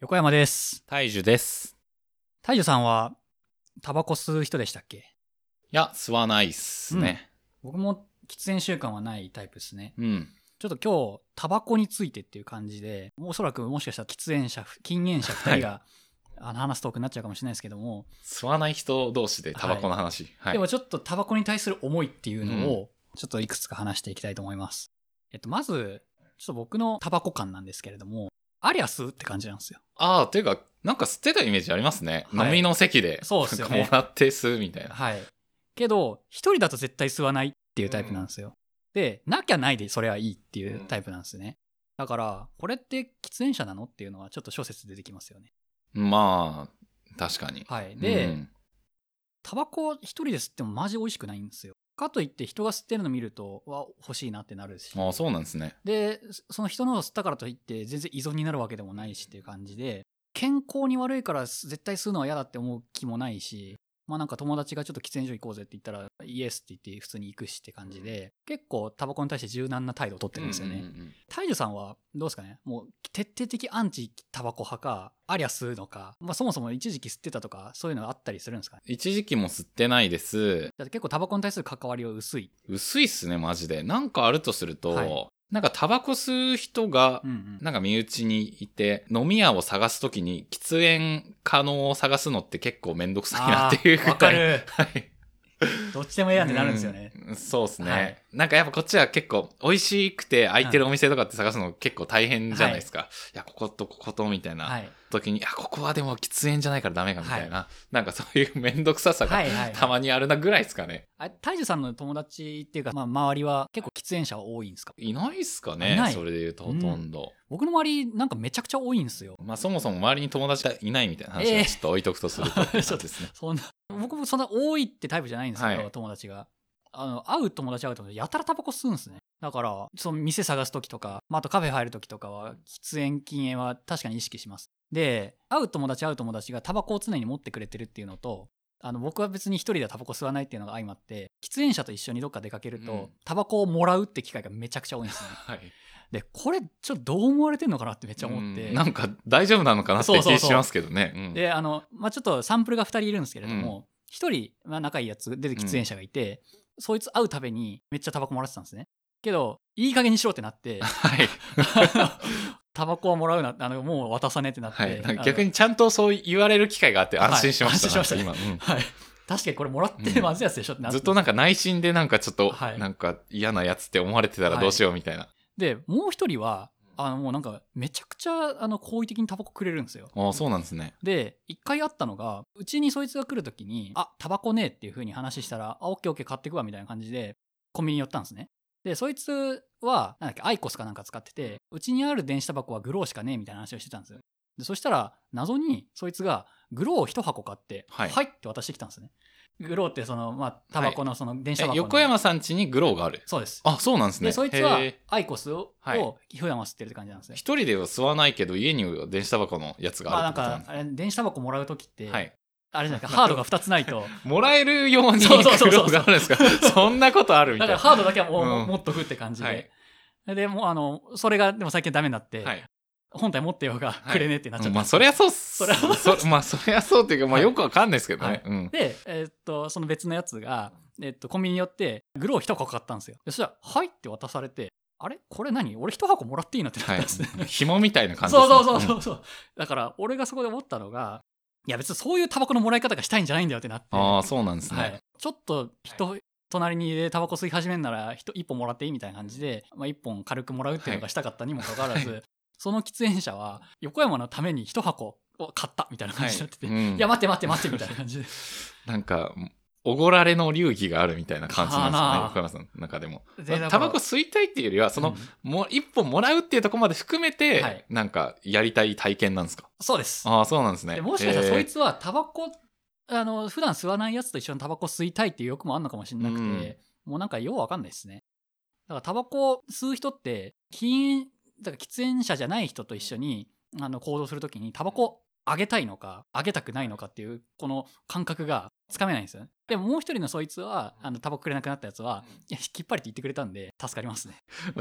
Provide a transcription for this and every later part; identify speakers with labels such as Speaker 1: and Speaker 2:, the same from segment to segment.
Speaker 1: 横山です。
Speaker 2: 大樹です。
Speaker 1: 大樹さんは、タバコ吸う人でしたっけ
Speaker 2: いや、吸わないっすね。
Speaker 1: 僕も喫煙習慣はないタイプですね。
Speaker 2: うん。
Speaker 1: ちょっと今日、タバコについてっていう感じで、おそらくもしかしたら喫煙者、禁煙者2人が、あの話すトークになっちゃうかもしれないですけども、
Speaker 2: 吸わない人同士でタバコの話。はい。
Speaker 1: でもちょっとタバコに対する思いっていうのを、ちょっといくつか話していきたいと思います。えっと、まず、ちょっと僕のタバコ感なんですけれども、ありゃ吸うって感じなんですよ。
Speaker 2: ああ、ていうか、なんか吸ってたイメージありますね。
Speaker 1: はい
Speaker 2: 飲みの席で。
Speaker 1: そうっすよね
Speaker 2: なんかもらって吸うみたいな。
Speaker 1: はい。けど、一人だと絶対吸わないっていうタイプなんですよ。で、なきゃないでそれはいいっていうタイプなんですね。だから、これって喫煙者なのっていうのはちょっと諸説出てきますよね。
Speaker 2: まあ、確かに。
Speaker 1: はい。で、
Speaker 2: うん
Speaker 1: タバコ一人で吸ってもマジ美味しくないんですよ。かといって人が吸ってるの見ると、は欲しいなってなるし。
Speaker 2: ああ、そうなんですね。
Speaker 1: で、その人のを吸ったからといって全然依存になるわけでもないしっていう感じで、健康に悪いから絶対吸うのは嫌だって思う気もないし、まあなんか友達がちょっと喫煙所行こうぜって言ったら、イエスって言って普通に行くしって感じで、結構タバコに対して柔軟な態度をとってるんですよ
Speaker 2: うんう
Speaker 1: ね
Speaker 2: ん。うん
Speaker 1: 大樹さんはどうですかねもう徹底的アンチタバコ派か、ありゃ吸うのか、まあそもそも一時期吸ってたとか、そういうのあったりするんですかね
Speaker 2: 一時期も吸ってないです。
Speaker 1: だって結構タバコに対する関わりは薄い。
Speaker 2: 薄いっすね、マジで。なんかあるとすると、
Speaker 1: はい
Speaker 2: なんかタバコ吸う人が
Speaker 1: うんうん。
Speaker 2: なんか身内にいて、飲み屋を探すときに喫煙可能を探すのって結構めんどくさいなっていう
Speaker 1: あ
Speaker 2: ぐ
Speaker 1: ー
Speaker 2: らい。
Speaker 1: わか。る。
Speaker 2: はい。
Speaker 1: どっちでも嫌ってなるんですよね。
Speaker 2: うん。そうですね、
Speaker 1: はい
Speaker 2: なんかやっぱこっちは結構美味しくて空いてるお店とかって探すの結構大変じゃないですか。い、や、こことこことみたい
Speaker 1: は。
Speaker 2: ない時に、いや、ここはでも喫煙じゃないからダメかみたいな。なんかそういうめんどくささが
Speaker 1: はいはい、
Speaker 2: たまにあるなぐらいですかね。
Speaker 1: あ大樹さんの友達っていうか、まあ、周りは結構喫煙者多いんですか
Speaker 2: いないっすか
Speaker 1: い
Speaker 2: ね
Speaker 1: ない
Speaker 2: それで言うとほとんど。
Speaker 1: 僕の周りなんかめちゃくちゃ多いんですよ
Speaker 2: まあそもそも周りに友達がいないみたいな話
Speaker 1: ええ
Speaker 2: はちょっと置いとくとする と、
Speaker 1: そう
Speaker 2: ですね。
Speaker 1: そんな僕もそんな多いってタイプじゃないんですけど、
Speaker 2: はい
Speaker 1: 友達があの会う友達会う友達やたらタバコ吸うんですねだからその店探す時とか、まあ、あとカフェ入る時とかは喫煙禁煙は確かに意識しますで会う友達会う友達がタバコを常に持ってくれてるっていうのとあの僕は別に一人ではタバコ吸わないっていうのが相まって喫煙者と一緒にどっか出かけると、
Speaker 2: うん
Speaker 1: タバコをもらうって機会がめちゃくちゃ多いんですね
Speaker 2: はい。
Speaker 1: でこれちょっとどう思われてんのかなってめっちゃ思って、
Speaker 2: うんなんか大丈夫なのかなって
Speaker 1: そうそう
Speaker 2: 気
Speaker 1: そう
Speaker 2: しますけどね。うん
Speaker 1: であの、まあ、ちょっとサンプルが2人いるんですけれども、1人、まあ、仲いいやつ出て喫煙者がいて、そいつ会うたびにめっちゃタバコもらってたんですねけどいい加減にしろってなって
Speaker 2: はい。
Speaker 1: タバコはもらうなあのもう渡さねってなって、
Speaker 2: はい、
Speaker 1: あ
Speaker 2: なん
Speaker 1: の
Speaker 2: か逆にちゃんとそう言われる機会があって
Speaker 1: はい
Speaker 2: 安心しました、
Speaker 1: 安心し
Speaker 2: なんか 今、
Speaker 1: はい確かにこれもらってまずいやつでしょって
Speaker 2: う
Speaker 1: なっ
Speaker 2: ん
Speaker 1: て、
Speaker 2: ずっとなんか内心でなんかちょっと、
Speaker 1: はい
Speaker 2: なんか嫌なやつって思われてたらどうしようみたいな、
Speaker 1: でもう1人はあのもうなんかめちゃくちゃあの好意的にタバコくれるんですよ
Speaker 2: ああそうなんですね
Speaker 1: で一回あったのがうちにそいつが来るときに「あタバコねえ」っていう風に話したら「あオッケーオッケー買ってくわ」みたいな感じでコンビニ寄ったんですねでそいつはなんだっけアイコスかなんか使っててうちにある電子タバコはグローしかねえみたいな話をしてたんですよでそしたら謎にそいつがグローを一箱買って「は」
Speaker 2: はいい
Speaker 1: って渡してきたんですねグローってそのまあタバコのその電子タ
Speaker 2: え
Speaker 1: バコの、
Speaker 2: 横山さん家にグローがある
Speaker 1: そうです
Speaker 2: あそうなんですね
Speaker 1: でそいつは
Speaker 2: へえ
Speaker 1: アイコスを
Speaker 2: はい
Speaker 1: を普段は吸ってるって感じなんですね、
Speaker 2: 一人では吸わないけど家には電子タバコのやつ
Speaker 1: まあ
Speaker 2: が
Speaker 1: なん
Speaker 2: あるってことな
Speaker 1: か
Speaker 2: んです
Speaker 1: あれ電子タバコもらう時って、
Speaker 2: はい、
Speaker 1: あれじゃないですかハードが2つないと
Speaker 2: もらえるようにグ
Speaker 1: そ
Speaker 2: ロ
Speaker 1: うそうそうそう
Speaker 2: ーがあるんですか そんなことあるみた
Speaker 1: だ
Speaker 2: い
Speaker 1: か
Speaker 2: な
Speaker 1: らハードだけはもう、
Speaker 2: うん
Speaker 1: 持っとくって感じで。
Speaker 2: はい
Speaker 1: で、もうあの、それがでも最近ダメになって、
Speaker 2: はい
Speaker 1: 本体持ってようが
Speaker 2: い
Speaker 1: くれねえってなっちゃ
Speaker 2: う
Speaker 1: っ
Speaker 2: ん
Speaker 1: たん
Speaker 2: まあ
Speaker 1: です
Speaker 2: そ
Speaker 1: よ、
Speaker 2: りゃそうっす
Speaker 1: そりゃそう
Speaker 2: そまあ そりゃそうっていうか、ま
Speaker 1: は
Speaker 2: あ、
Speaker 1: い
Speaker 2: よくわかんないですけどね、
Speaker 1: はい
Speaker 2: うん
Speaker 1: で、えーっと、その別のやつが、えーっと、コンビニに寄って、グロー一箱買ったんですよ。でそしたら、はいって渡されて、あれこれ何俺一箱もらっていいなってなっ
Speaker 2: は
Speaker 1: たん
Speaker 2: い
Speaker 1: ですね。、
Speaker 2: 紐みたいな感じ
Speaker 1: そうそうそう
Speaker 2: う
Speaker 1: そうそう。だから、俺がそこで思ったのが、いや別にそういうタバコのもらい方がしたいんじゃないんだよってなって。
Speaker 2: ああそうなんですね、
Speaker 1: はい、ちょっと人、隣にでタバコ吸い始めるなら人一本もらっていいみたいな感じで、まあ、一本軽くもらうっていうのがしたかったにもかかわらず、
Speaker 2: は
Speaker 1: その喫煙者は横山のために一箱を買ったみたいな感じになってて、
Speaker 2: はい
Speaker 1: い
Speaker 2: うん
Speaker 1: や待って待って待ってみたいな感 じで
Speaker 2: なんか、おごられの流儀があるみたいな感じなんですよ
Speaker 1: か
Speaker 2: ね、
Speaker 1: な
Speaker 2: 横山さんの中でも。
Speaker 1: でだから
Speaker 2: タバコ吸いたいっていうよりは、その、
Speaker 1: うん
Speaker 2: もう一本もらうっていうところまで含めて、
Speaker 1: はい
Speaker 2: なんか、やりたい体験なんですか
Speaker 1: そうです
Speaker 2: ああ、そうなんですね。
Speaker 1: でもしかしたらそい
Speaker 2: つ、
Speaker 1: つはタバコあの普段吸わないやつと一緒にタバコ吸いたいっていう欲もあるのかもしれなくて、
Speaker 2: うん
Speaker 1: もうなんかようわかんないですねだからタバコ吸う人って禁煙だから喫煙者じゃない人と一緒にあの行動するときにタバコあげたいのかあげたくないのかっていうこの感覚がつかめないんですよね。でももう一人のそいつは、あの、タバコくれなくなったやつは、いや、きっぱりって言ってくれたんで、助かりますね。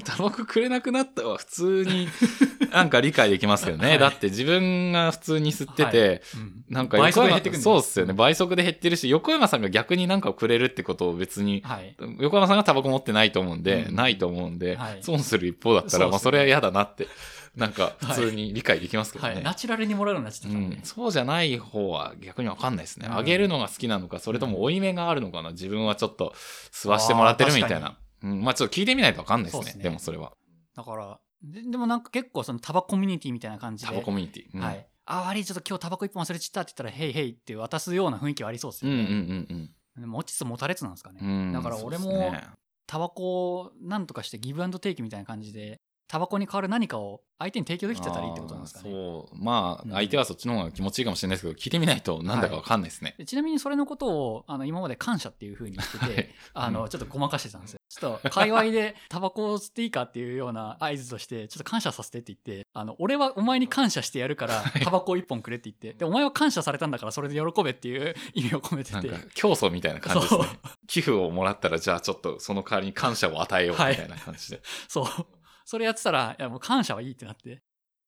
Speaker 2: タバコくれなくなったは普通に なんか理解できますよね、
Speaker 1: はい
Speaker 2: だって自分が普通に吸ってて、
Speaker 1: うん
Speaker 2: なんか
Speaker 1: 倍
Speaker 2: 横
Speaker 1: 速
Speaker 2: 山
Speaker 1: で減ってくるん
Speaker 2: そうっすよね倍速で減ってるし横山さんが逆になんかをくれるってことを別に
Speaker 1: はい。
Speaker 2: 横山さんがタバコ持ってないと思うんで、
Speaker 1: うん
Speaker 2: ないと思うんで、
Speaker 1: はい
Speaker 2: 損する一方だっ
Speaker 1: そう
Speaker 2: たら
Speaker 1: っすよね
Speaker 2: まあ、それは嫌だなってなんか普通に理解できますけど
Speaker 1: は
Speaker 2: ね、
Speaker 1: い。ナチュラルにもらうようになっちゃっ
Speaker 2: う
Speaker 1: たんで
Speaker 2: ん、。そうじゃない方は逆に分かんないですね。
Speaker 1: うん
Speaker 2: あ、げるのが好きなのか、それとも負い目があるのかな、自分はちょっと吸わしてもらってるみたい
Speaker 1: あー
Speaker 2: な。うん、まあちょっと聞いてみないと分かんないです
Speaker 1: そう
Speaker 2: ね。
Speaker 1: っすね
Speaker 2: でもそれは。
Speaker 1: だから、ででもなんか結構そのタバココミュニティみたいな感じで。
Speaker 2: タバコミュニティ。うん、
Speaker 1: はい。あ、悪い、ちょっと今日タバコ一本忘れちったって言ったら、へいへいって渡すような雰囲気はありそうです
Speaker 2: う
Speaker 1: よ
Speaker 2: んうん
Speaker 1: ね。
Speaker 2: うん
Speaker 1: でも持ちつ持たれつなんですかね。
Speaker 2: うんうん。
Speaker 1: だから俺も
Speaker 2: そうっすね
Speaker 1: タバコをなんとかしてギブアンドテイクみたいな感じで、タバコに代わる何かを相手に提供できてたらいいってことなんですか
Speaker 2: あ
Speaker 1: ね。
Speaker 2: ーそう。ま
Speaker 1: うん
Speaker 2: あ、相手はそっちの方が気持ちいいかもしれないですけど、聞いてみないとなんだか分かんないですね。
Speaker 1: でちなみにそれのことをあの今まで感謝っていう風に言ってて、
Speaker 2: はい
Speaker 1: あのちょっとごまかしてたんですよ。ちょっと界隈でタバコを吸っていいかっていうような合図として、ちょっと感謝させてって言って、あの俺はお前に感謝してやるからタバコを一本くれって言って、でお前は感謝されたんだからそれで喜べっていう意味を込めて
Speaker 2: なん
Speaker 1: て
Speaker 2: か、競争みたいな感じですね
Speaker 1: そ。
Speaker 2: 寄付をもらったら、じゃあちょっとその代わりに感謝を与えようみたいな感じで。
Speaker 1: そう、それやってたら、いやもう感謝はいいってなって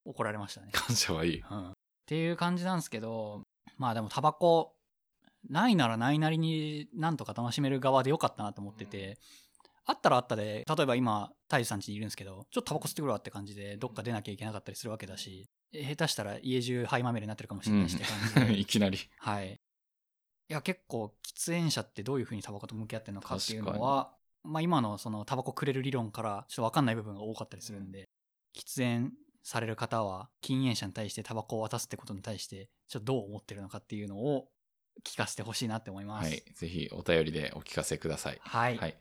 Speaker 1: 怒られましたね。
Speaker 2: 感謝はいい。
Speaker 1: うんっていう感じなんですけどまあでもタバコないならないなりになんとか楽しめる側でよかったなと思ってて、あったらあったで例えば今太一さん家にいるんですけどちょっとタバコ吸ってくるわって感じでどっか出なきゃいけなかったりするわけだし下手したら家中灰まみれになってるかもしれないしって感じで、
Speaker 2: い きなり。
Speaker 1: はいいや結構喫煙者ってどういうふうにタバコと向き合ってるのかっていうのはまあ今のそのタバコくれる理論からちょっと分かんない部分が多かったりするんで、喫煙される方は禁煙者に対してタバコを渡すってことに対してちょっとどう思ってるのかっていうのを聞かせてほしいなって思いま
Speaker 2: は
Speaker 1: す。
Speaker 2: い。ぜひお便りでお聞かせください。
Speaker 1: はい。
Speaker 2: はい。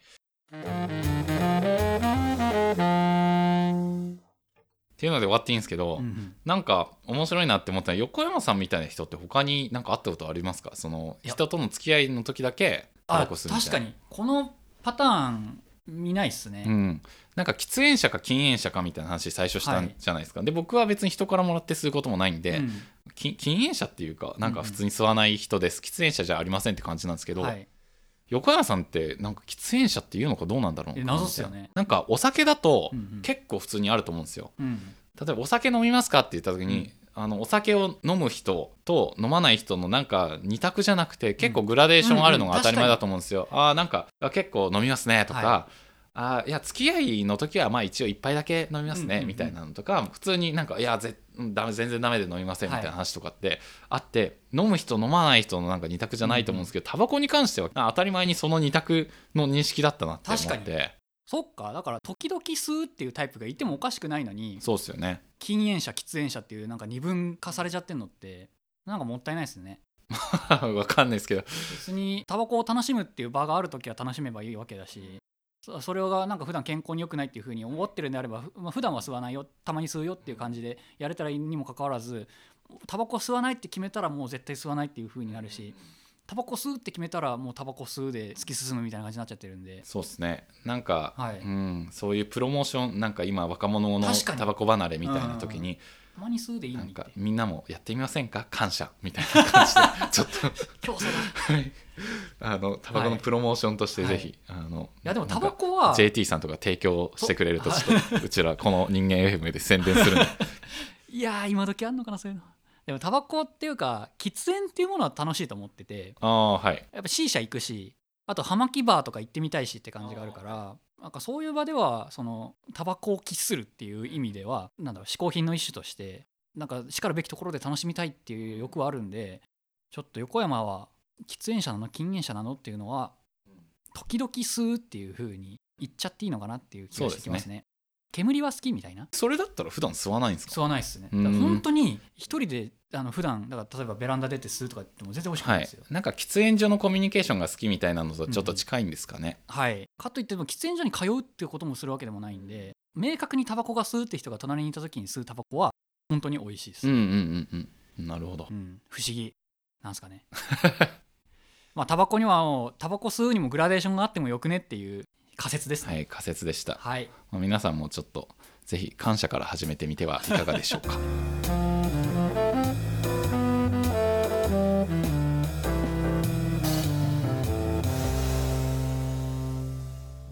Speaker 2: っていうので終わっていいんですけど、
Speaker 1: うんうん
Speaker 2: なんか面白いなって思ったのは横山さんみたいな人って他になんかあったことありますかその
Speaker 1: いや
Speaker 2: 人との付き合いの時だけタ
Speaker 1: あ
Speaker 2: バコ吸うみ
Speaker 1: 確
Speaker 2: た
Speaker 1: か
Speaker 2: いな。
Speaker 1: にこのパターン見ないっすね。
Speaker 2: うん、なんか喫煙者か禁煙者かみたいな話最初したんじゃないですか、で僕は別に人からもらって吸うこともないんで、
Speaker 1: うん
Speaker 2: き禁煙者っていうかなんか普通に吸わない人です、喫煙者じゃありませんって感じなんですけど、
Speaker 1: はい、
Speaker 2: 横山さんってなんか喫煙者っていうのかどうなんだろう
Speaker 1: え
Speaker 2: な
Speaker 1: 謎っすよね
Speaker 2: みたいななんかお酒だと
Speaker 1: うんうん
Speaker 2: 結構普通にあると思うんですよ
Speaker 1: うん
Speaker 2: 例えばお酒飲みますかって言った時に、あのお酒を飲む人と飲まない人のなんか二択じゃなくて結構グラデーションあるのが当たり前だと思うんですよ、ああーなんかあ結構飲みますねとか、
Speaker 1: は
Speaker 2: あーいや付き合いの時はまあ一応一杯だけ飲みます
Speaker 1: うんうん
Speaker 2: ね
Speaker 1: うん
Speaker 2: みたいなのとか、普通になんかいやぜうんダメ全然ダメで飲みませんみ
Speaker 1: はい
Speaker 2: たいな話とかってあって、飲む人飲まない人のなんか二択じゃないと思うんですけど、タバコに関してはあ当たり前にその二択の認識だったなって思
Speaker 1: 確
Speaker 2: っ
Speaker 1: かに
Speaker 2: て
Speaker 1: そっかだから時々吸うっていうタイプがいてもおかしくないのに
Speaker 2: そうですよね
Speaker 1: 禁煙者喫煙者っていうなんか二分化されちゃってんのってなんかもったいないですね。
Speaker 2: わかんないですけど
Speaker 1: 別にタバコを楽しむっていう場がある時は楽しめばいいわけだしそそれがなんか普段健康に良くないっていうふうに思ってるんであればふ、まあ、普段は吸わないよたまに吸うよっていう感じでやれたらいいにもかかわらずタバコ吸わないって決めたらもう絶対吸わないっていうふうになるしタバコ吸うって決めたらもうタバコ吸うで突き進むみたいな感じになっちゃってるんで
Speaker 2: そうですねなんか、
Speaker 1: はい
Speaker 2: うん、そういうプロモーションなんか今若者の
Speaker 1: 確かに
Speaker 2: タバコ離れみたいな時に
Speaker 1: たまに吸うでいい
Speaker 2: な
Speaker 1: の
Speaker 2: ん
Speaker 1: にって
Speaker 2: かみんなもやってみませんか感謝みたい な感じでちょっと
Speaker 1: 競争だ
Speaker 2: はいあのタバコのプロモーションとしてぜひ、あの
Speaker 1: いやでも
Speaker 2: な
Speaker 1: タ
Speaker 2: んか
Speaker 1: バコ は
Speaker 2: JT さんとか提供してくれるとちょっとうちらこの人間 FM で宣伝す るんで
Speaker 1: いやー今時あんのかなそういうのでもタバコっていうか喫煙っていうものは楽しいと思ってて
Speaker 2: ああはい
Speaker 1: やっぱ C 社行くしあと葉巻バーとか行ってみたいしって感じがあるからなんかそういう場ではそのタバコを喫するっていう意味ではなんだろう嗜好品の一種としてなんかしかるべきところで楽しみたいっていう欲はあるんでちょっと横山は喫煙者なの禁煙者なのっていうのは時々吸うっていう風に言っちゃっていいのかなっていう気がしてきます
Speaker 2: そう
Speaker 1: ね煙は好きみたいな
Speaker 2: それだったら普段吸わないんですか
Speaker 1: 吸わないですね。だ
Speaker 2: うん
Speaker 1: から本当に一人であの普段だから例えばベランダ出て吸うとか言っても全然美味しくない
Speaker 2: は
Speaker 1: んで
Speaker 2: い
Speaker 1: すよ。、
Speaker 2: なんか喫煙所のコミュニケーションが好きみたいなのとちょっと近いんですかね、
Speaker 1: はい、かといっても喫煙所に通うっていうこともするわけでもないんで明確にタバコが吸うって人が隣にいた時に吸うタバコは本当に美味しいです、
Speaker 2: うん、うんうんうんなるほど
Speaker 1: うん不思議なんですかね まあタバコにはもうタバコ吸うにもグラデーションがあってもよくねっていう仮説ですね
Speaker 2: はい仮説でした
Speaker 1: はい、
Speaker 2: まあ皆さんもちょっとぜひ感謝から始めてみてはいかがでしょうか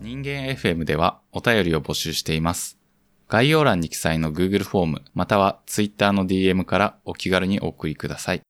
Speaker 2: ンゲン FM ではお便りを募集しています。概要欄に記載の Google フォームまたは Twitter の DM からお気軽にお送りください。